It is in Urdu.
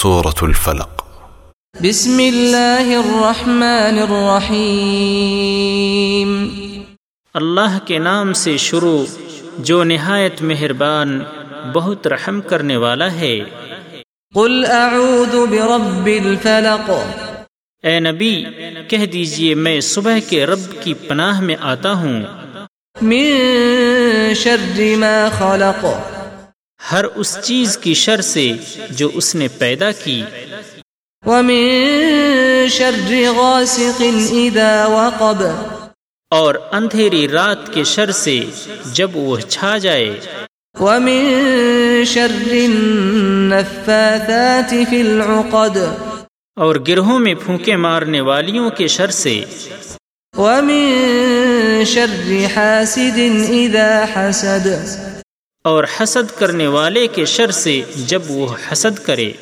سورة الفلق بسم اللہ الرحمن الرحیم اللہ کے نام سے شروع جو نہایت مہربان بہت رحم کرنے والا ہے قل اعوذ برب الفلق اے نبی کہہ دیجئے میں صبح کے رب کی پناہ میں آتا ہوں من شر ما خلق ہر اس چیز کی شر سے جو اس نے پیدا کی ومن شر غاسق اذا وقب اور اندھیری رات کے شر سے جب وہ چھا جائے ومن شر النفاثات في العقد اور گرہوں میں پھونکے مارنے والیوں کے شر سے ومن شر حاسد اذا حسد اور حسد کرنے والے کے شر سے جب وہ حسد کرے